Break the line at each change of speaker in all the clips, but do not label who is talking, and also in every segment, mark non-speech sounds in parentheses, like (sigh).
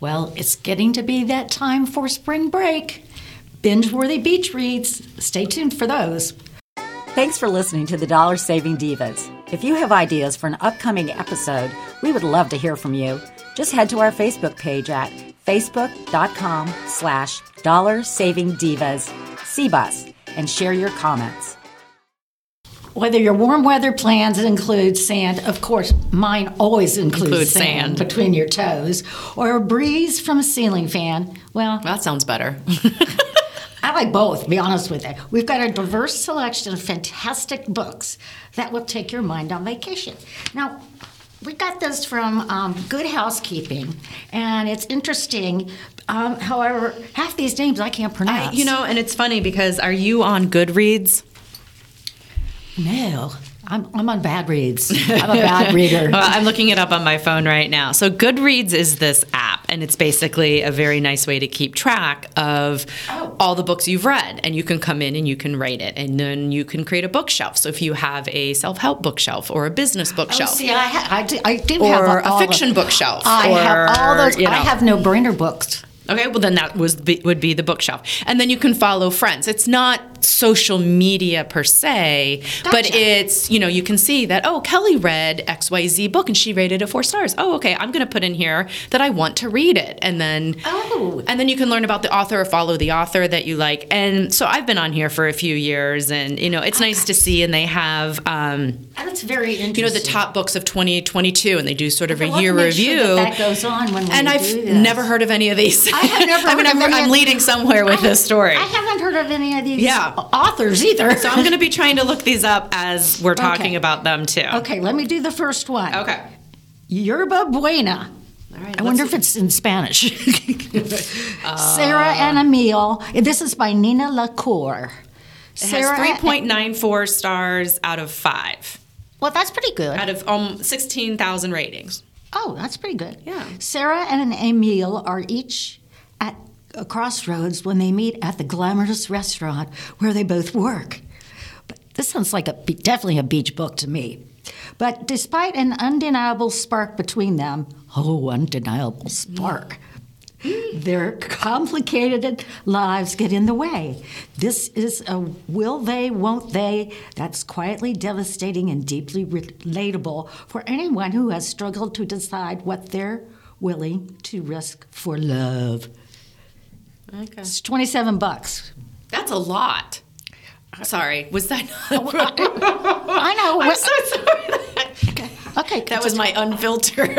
Well, it's getting to be that time for spring break. Binge worthy beach reads. Stay tuned for those.
Thanks for listening to the Dollar Saving Divas. If you have ideas for an upcoming episode, we would love to hear from you. Just head to our Facebook page at facebook.com slash dollar saving divas cbus and share your comments.
Whether your warm weather plans include sand, of course, mine always includes
Includes
sand,
sand.
between your toes, or a breeze from a ceiling fan. Well,
That sounds better.
I like both, to be honest with you. We've got a diverse selection of fantastic books that will take your mind on vacation. Now, we got this from um, Good Housekeeping, and it's interesting. Um, however, half these names I can't pronounce.
you know, and it's funny because are you on Goodreads?
no, I'm, I'm on bad reads. I'm a
(laughs)
bad reader.
Uh, I'm looking it up on my phone right now. So Goodreads is this app, and it's basically a very nice way to keep track of
Oh.
all the books you've read, and you can come in and you can rate it, and then you can create a bookshelf. So if you have a self-help bookshelf or a business
Oh,
bookshelf,
see, I, ha- I, do, I do have
or
all
a fiction
of,
bookshelf,
I have all
or,
those.
you
I
know.
have no brainer books.
Okay, well then that was be, would be the bookshelf, and then you can follow friends. It's not social media per se, but
Gotcha.
it's you know you can see that oh Kelly read X Y Z book and she rated it four stars. Oh okay, I'm going to put in here that I want to read it, and then
Oh.
and then you can learn about the author or follow the author that you like. And so I've been on here for a few years, and you know it's nice to see, and they have. Um,
That's very interesting.
you know the top books of 2022 and they do sort of
I
a
want to
year
make sure
review
that that goes on when we
and i've
do this.
never heard of any of these
I have never
(laughs) i mean
heard of
I'm,
any
I'm
of-
leading somewhere with this story
I haven't heard of any of these
Yeah.
authors either.
so i'm going to be trying to look these up as we're talking
Okay.
about them too
(laughs) okay, let me do the first one.
okay
Yerba Buena.
all right
I wonder if it's in
(laughs)
Spanish. (laughs) Sarah
Uh,
and Emil. This is by Nina Lacour.
it has 3.94 stars out of 5
Well, that's pretty good.
out of um 16000 ratings
Oh, that's pretty good.
Yeah.
Sarah and Emil are each at a crossroads when they meet at the glamorous restaurant where they both work. But this sounds like a be- definitely a beach book to me. But despite an undeniable spark between them, oh, undeniable spark. Their complicated lives get in the way. This is a will they, won't they that's quietly devastating and deeply relatable for anyone who has struggled to decide what they're willing to risk for love.
okay
It's 27 bucks.
that's a lot sorry was that
Uh,
(laughs)
I know.
Oh, i'm so sorry
okay,
that was my unfiltered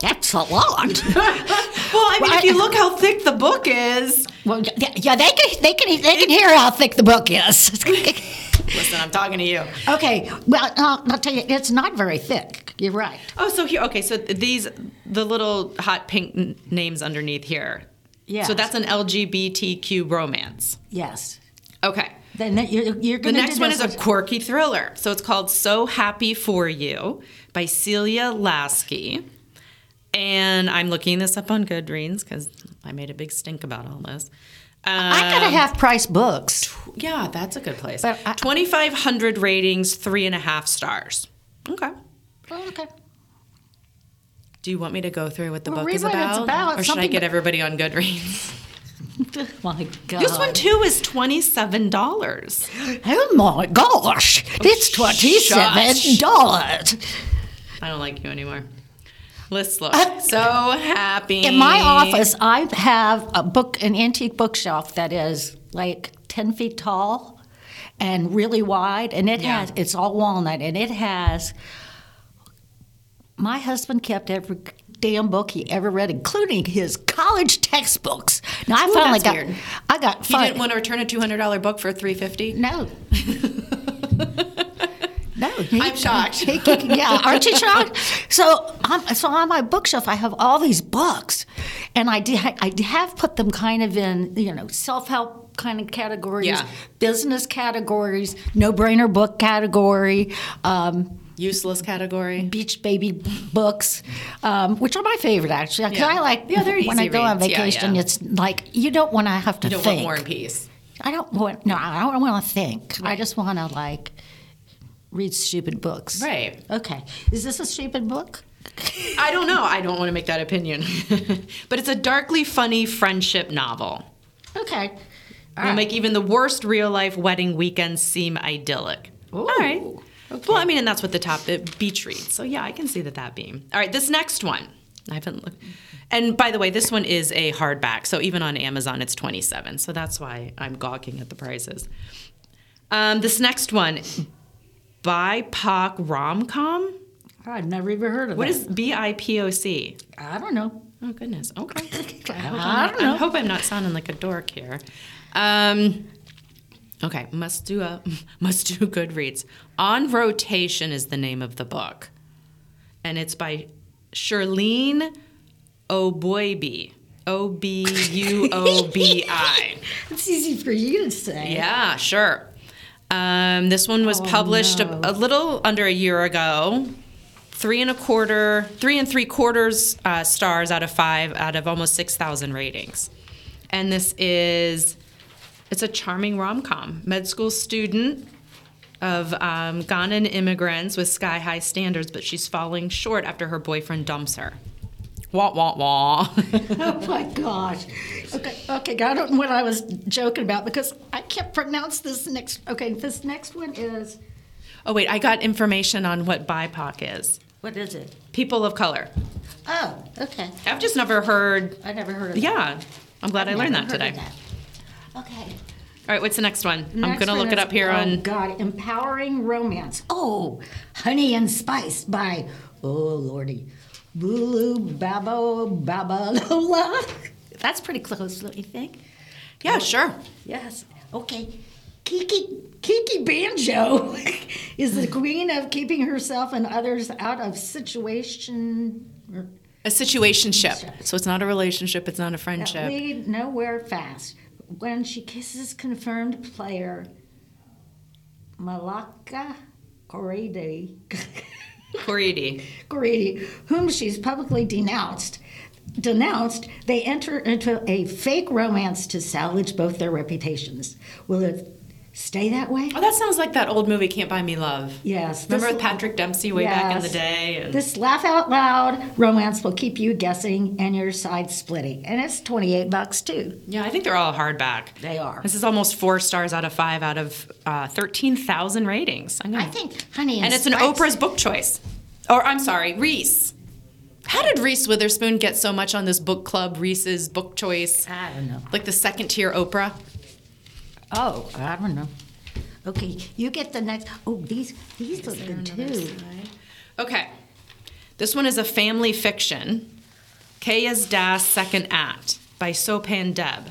that's a lot.
(laughs) Well, I mean,
Well,
if
I-
you look how thick the book is.
well, yeah, yeah, they can they can they can hear how thick the book is. (laughs)
Listen, I'm talking to you.
okay, well, uh, I'll tell you, it's not very thick. You're right.
Oh, so here, okay, so these, the little hot pink n- names underneath here.
Yes.
So that's an LGBTQ romance.
Yes.
Okay.
Then that- you're, you're
The
going to
next one is a quirky thriller. So it's called So Happy For You by Celia Lasky. And I'm looking this up on Goodreads because I made a big stink about all this.
I got
Um,
to half price books.
Yeah, that's a good place.
But I-
2,500 ratings, three and a half stars. Okay.
Oh, okay. (laughs)
Do you want me to go through what the
Well,
book
read
is
what it's
about?
about.
Or should I
Something-
get everybody on Goodreads? Uh,
My God.
This one, too, is $27.
Oh my gosh! It's
Oh,
twenty-seven dollars.
I don't like you anymore. Let's look. so happy.
In my office, I have a book, an antique bookshelf that is like ten feet tall and really wide, and it
Yeah.
has it's all walnut, and it has. My husband kept every damn book he ever read, including his college textbooks. Now I finally
that's
got.
weird.
I got.
You
fin-
didn't want to return a $200 book for $350? (laughs)
No. no. he-
I'm shocked.
he- he- yeah, aren't you shocked? So, i so on my bookshelf, I have all these books, and I, did, I have put them kind of in, you know, self help kind of categories,
Yeah.
business categories, no brainer book category, um,
Useless category.
beach baby books, um, which are my favorite actually. 'cause
Yeah.
I like
Yeah, they're
when I
easy
go on
reads. Yeah,
vacation,
yeah.
it's like you don't want to have to
You don't
think.
want War and Peace.
I don't want no. I don't want to think. I just want to like read stupid books.
Right.
Okay. Is this a stupid book?
I don't know. I don't want to make that opinion. (laughs) but it's a darkly funny friendship novel.
Okay. All
It'll
right.
make even the worst real life wedding weekends seem idyllic. All right.
Ooh,
Well, I mean, and that's what the top the beach reads. So yeah, I can see that that being. All right, this next one. I haven't looked. And by the way, this one is a hardback. So even on Amazon, it's 27. So that's why I'm gawking at the prices. Um, this next one, BIPOC rom com.
I've never even heard of
What
that.
is B I P O C?
I don't know.
Oh goodness. Okay.
I don't
I
know. (laughs)
hope I'm not sounding like a dork here. Um, okay, must do a (laughs) must do Goodreads. On rotation is the name of the book, and it's by Charlene Oboibi. O b u o b
(laughs)
i.
It's easy for you to say.
Yeah, sure. Um, this one was published
no.
a, a little under a year ago. Three and a quarter, three and three quarters uh, stars out of five out of almost 6,000 ratings. And this is, it's a charming rom com. Med school student of um, Ghanaian immigrants with sky high standards, but she's falling short after her boyfriend dumps her. Wah, wah, wah. (laughs)
Oh my gosh. Okay, okay, I don't know what I was joking about because I can't pronounce this next. Okay, this next one is
oh, wait, I got information on what BIPOC is
what is it?
people of color.
Oh, okay.
I've just never heard.
I never heard of that.
Yeah, I'm glad i learned that
Never heard
today.
of that. Okay.
All right, what's the next one? I'm
Next
gonna
one
look it
is-
up here
oh,
on.
God, empowering romance. Oh, honey and spice by oh lordy, Bulu Babo Babalola. (laughs) That's pretty close, don't you think?
Yeah, sure.
Yes. Okay. Kiki Kiki Banjo (laughs) is the queen of keeping herself and others out of situation or
A situationship. So it's not a relationship. It's not a
that
friendship.
lead nowhere fast. When she kisses confirmed player Malaka Corredi, (laughs)
Coridi.
Corredi, whom she's publicly denounced, denounced, they enter into a fake romance to salvage both their reputations. Will it stay that way?
Oh, that sounds like that old movie, Can't Buy Me Love.
Yes.
Remember
this-
with Patrick Dempsey way back in the
Yes.
day? And-
This laugh out loud romance will keep you guessing and your side splitting. And it's 28 bucks too.
yeah, I think they're all hardback.
They are.
This is almost four stars out of five out of uh, 13,000 ratings. I'm
I
gonna-
think, honey,
And it's an
Spice-
Oprah's book choice. Or, I'm sorry, Reese. How did Reese Witherspoon get so much on this book club, Reese's book choice?
I don't know.
Like the second tier Oprah?
Oh, I don't know. Okay, you get the next. Oh, these these look good too.
Okay. This one is a family fiction. Kaya's Das Second Act by Sopan Deb.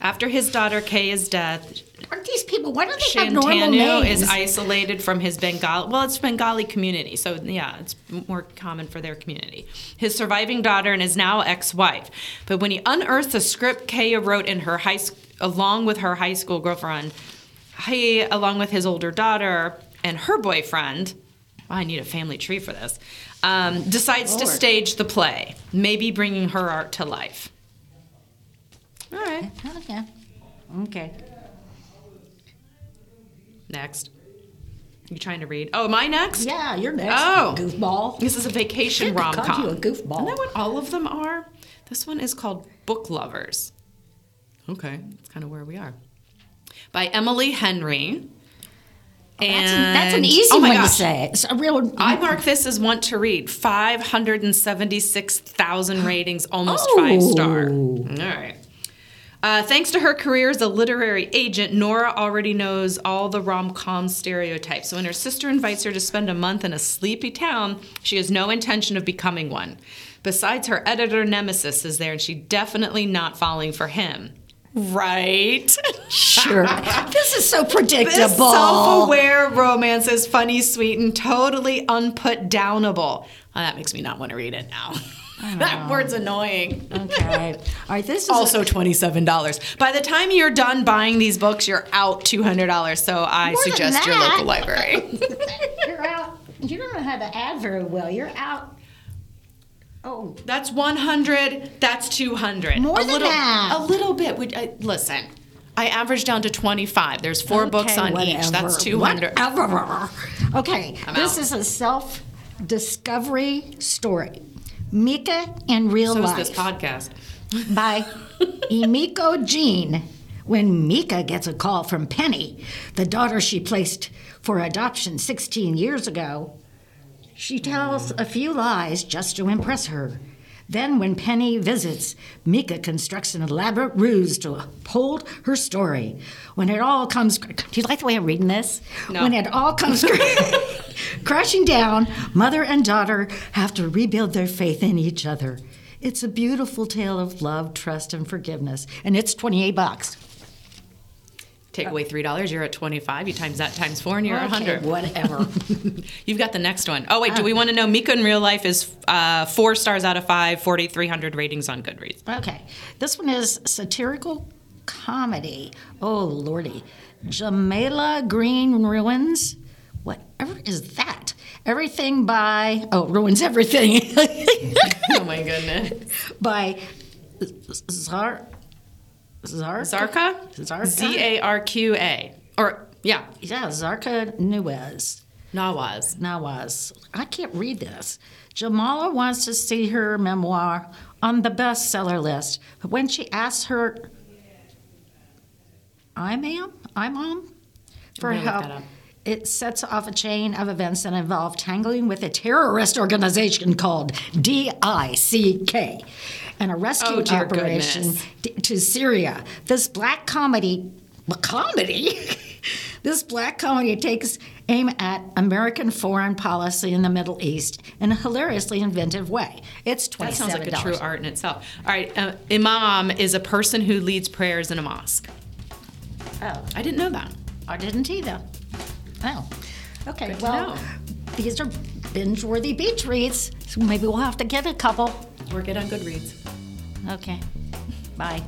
After his daughter Kaya's death,
Aren't these people? Why don't they have normal
Shantanu
names?
is isolated from his Bengali. Well, it's Bengali community, so yeah, it's more common for their community. His surviving daughter and his now ex-wife. But when he unearthed the script Kaya wrote in her high, sc- along with her high school girlfriend, he, along with his older daughter and her boyfriend, oh, I need a family tree for this. Um, decides to
Lord.
stage the play, maybe bringing her art to life. All right,
okay. Okay.
next. You trying to read? Oh, my next?
Yeah, you're next.
Oh.
goofball.
This is a vacation
Shit, they
rom
called
com.
you a goofball.
Isn't that what all of them are? This one is called Book Lovers. Okay, that's kind of where we are. By Emily Henry. and
Oh, That's, an, that's an easy
oh
one
my
to
gosh,
say. It's a
(laughs)
real.
I mark this as want to read. 576,000 ratings, almost five star. All right. Uh, thanks to her career as a literary agent, Nora already knows all the rom com stereotypes. So when her sister invites her to spend a month in a sleepy town, she has no intention of becoming one. Besides, her editor nemesis is there, and she definitely not falling for him. (laughs) Right?
(laughs)
sure. this is so predictable.
This self-aware romance is funny, sweet, and totally unputdownable. Oh, that makes me not want to read it now. (laughs) that word's annoying.
okay. All right. This is
Also twenty-seven dollars. By the time you're done buying these books, you're out two hundred dollars. So I
More than
suggest your
that. (laughs)
local library.
(laughs) You're out. You don't know how to add very well. You're out. Oh, (laughs)
that's one hundred. That's two hundred.
More
a
than
little,
that.
A little bit. Would I, listen. I averaged down to twenty-five. There's four books
okay,
on each.
whatever,
That's two hundred.
whatever. Okay,
I'm
this
out.
is a self discovery story. Mika in Real
So is
Life
this podcast.
by Emiko Jean. When Mika gets a call from Penny, the daughter she placed for adoption 16 years ago, she tells a few lies just to impress her. Then, when Penny visits, Mika constructs an elaborate ruse to uphold her story. When it all comes, do you like the way I'm reading this?
No.
When it all comes (laughs) crashing down, mother and daughter have to rebuild their faith in each other. It's a beautiful tale of love, trust, and forgiveness, and it's 28 bucks.
Take away three dollars, you're at twenty-five. You times that times four, and you're a
Okay,
hundred.
whatever.
You've got the next one. Oh wait, do we want to know? Mika in real life is uh, four stars out of five, 4,300 ratings on Goodreads.
Okay. This one is satirical comedy. Oh, lordy. Jamela Green Ruins. Whatever is that? Everything by, oh, Ruins Everything
(laughs)
(laughs)
oh my goodness.
by Zar. Zar.
Zarka.
Zarka?
Z A R Q A. Or yeah,
Yeah, Zarka Nuez.
Nawaz.
Nawaz. I can't read this. Jamala wants to see her memoir on the bestseller list, but when she asks her, I ma'am, I mom, for
I'm gonna look
help,
that up.
it sets off a chain of events that involve tangling with a terrorist organization called DICK and a rescue
Oh, dear
operation
goodness.
d- to Syria. This black comedy, comedy? (laughs) this black comedy takes aim at American foreign policy in the Middle East in a hilariously inventive way. It's
That
twenty-seven
sounds
dollars.
like a true art in itself. All right, uh, imam is a person who leads prayers in a mosque.
Oh,
I didn't know that.
I didn't either. Oh, okay.
to
well,
know.
these are binge-worthy beach reads. So maybe we'll have to get a couple.
Work it on Goodreads.
Okay. Bye.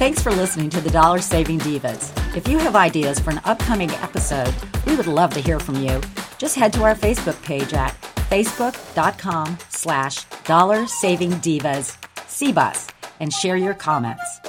Thanks for listening to the Dollar Saving Divas. If you have ideas for an upcoming episode, we would love to hear from you. Just head to our Facebook page at facebook.com slash dollar saving divas, CBUS, and share your comments.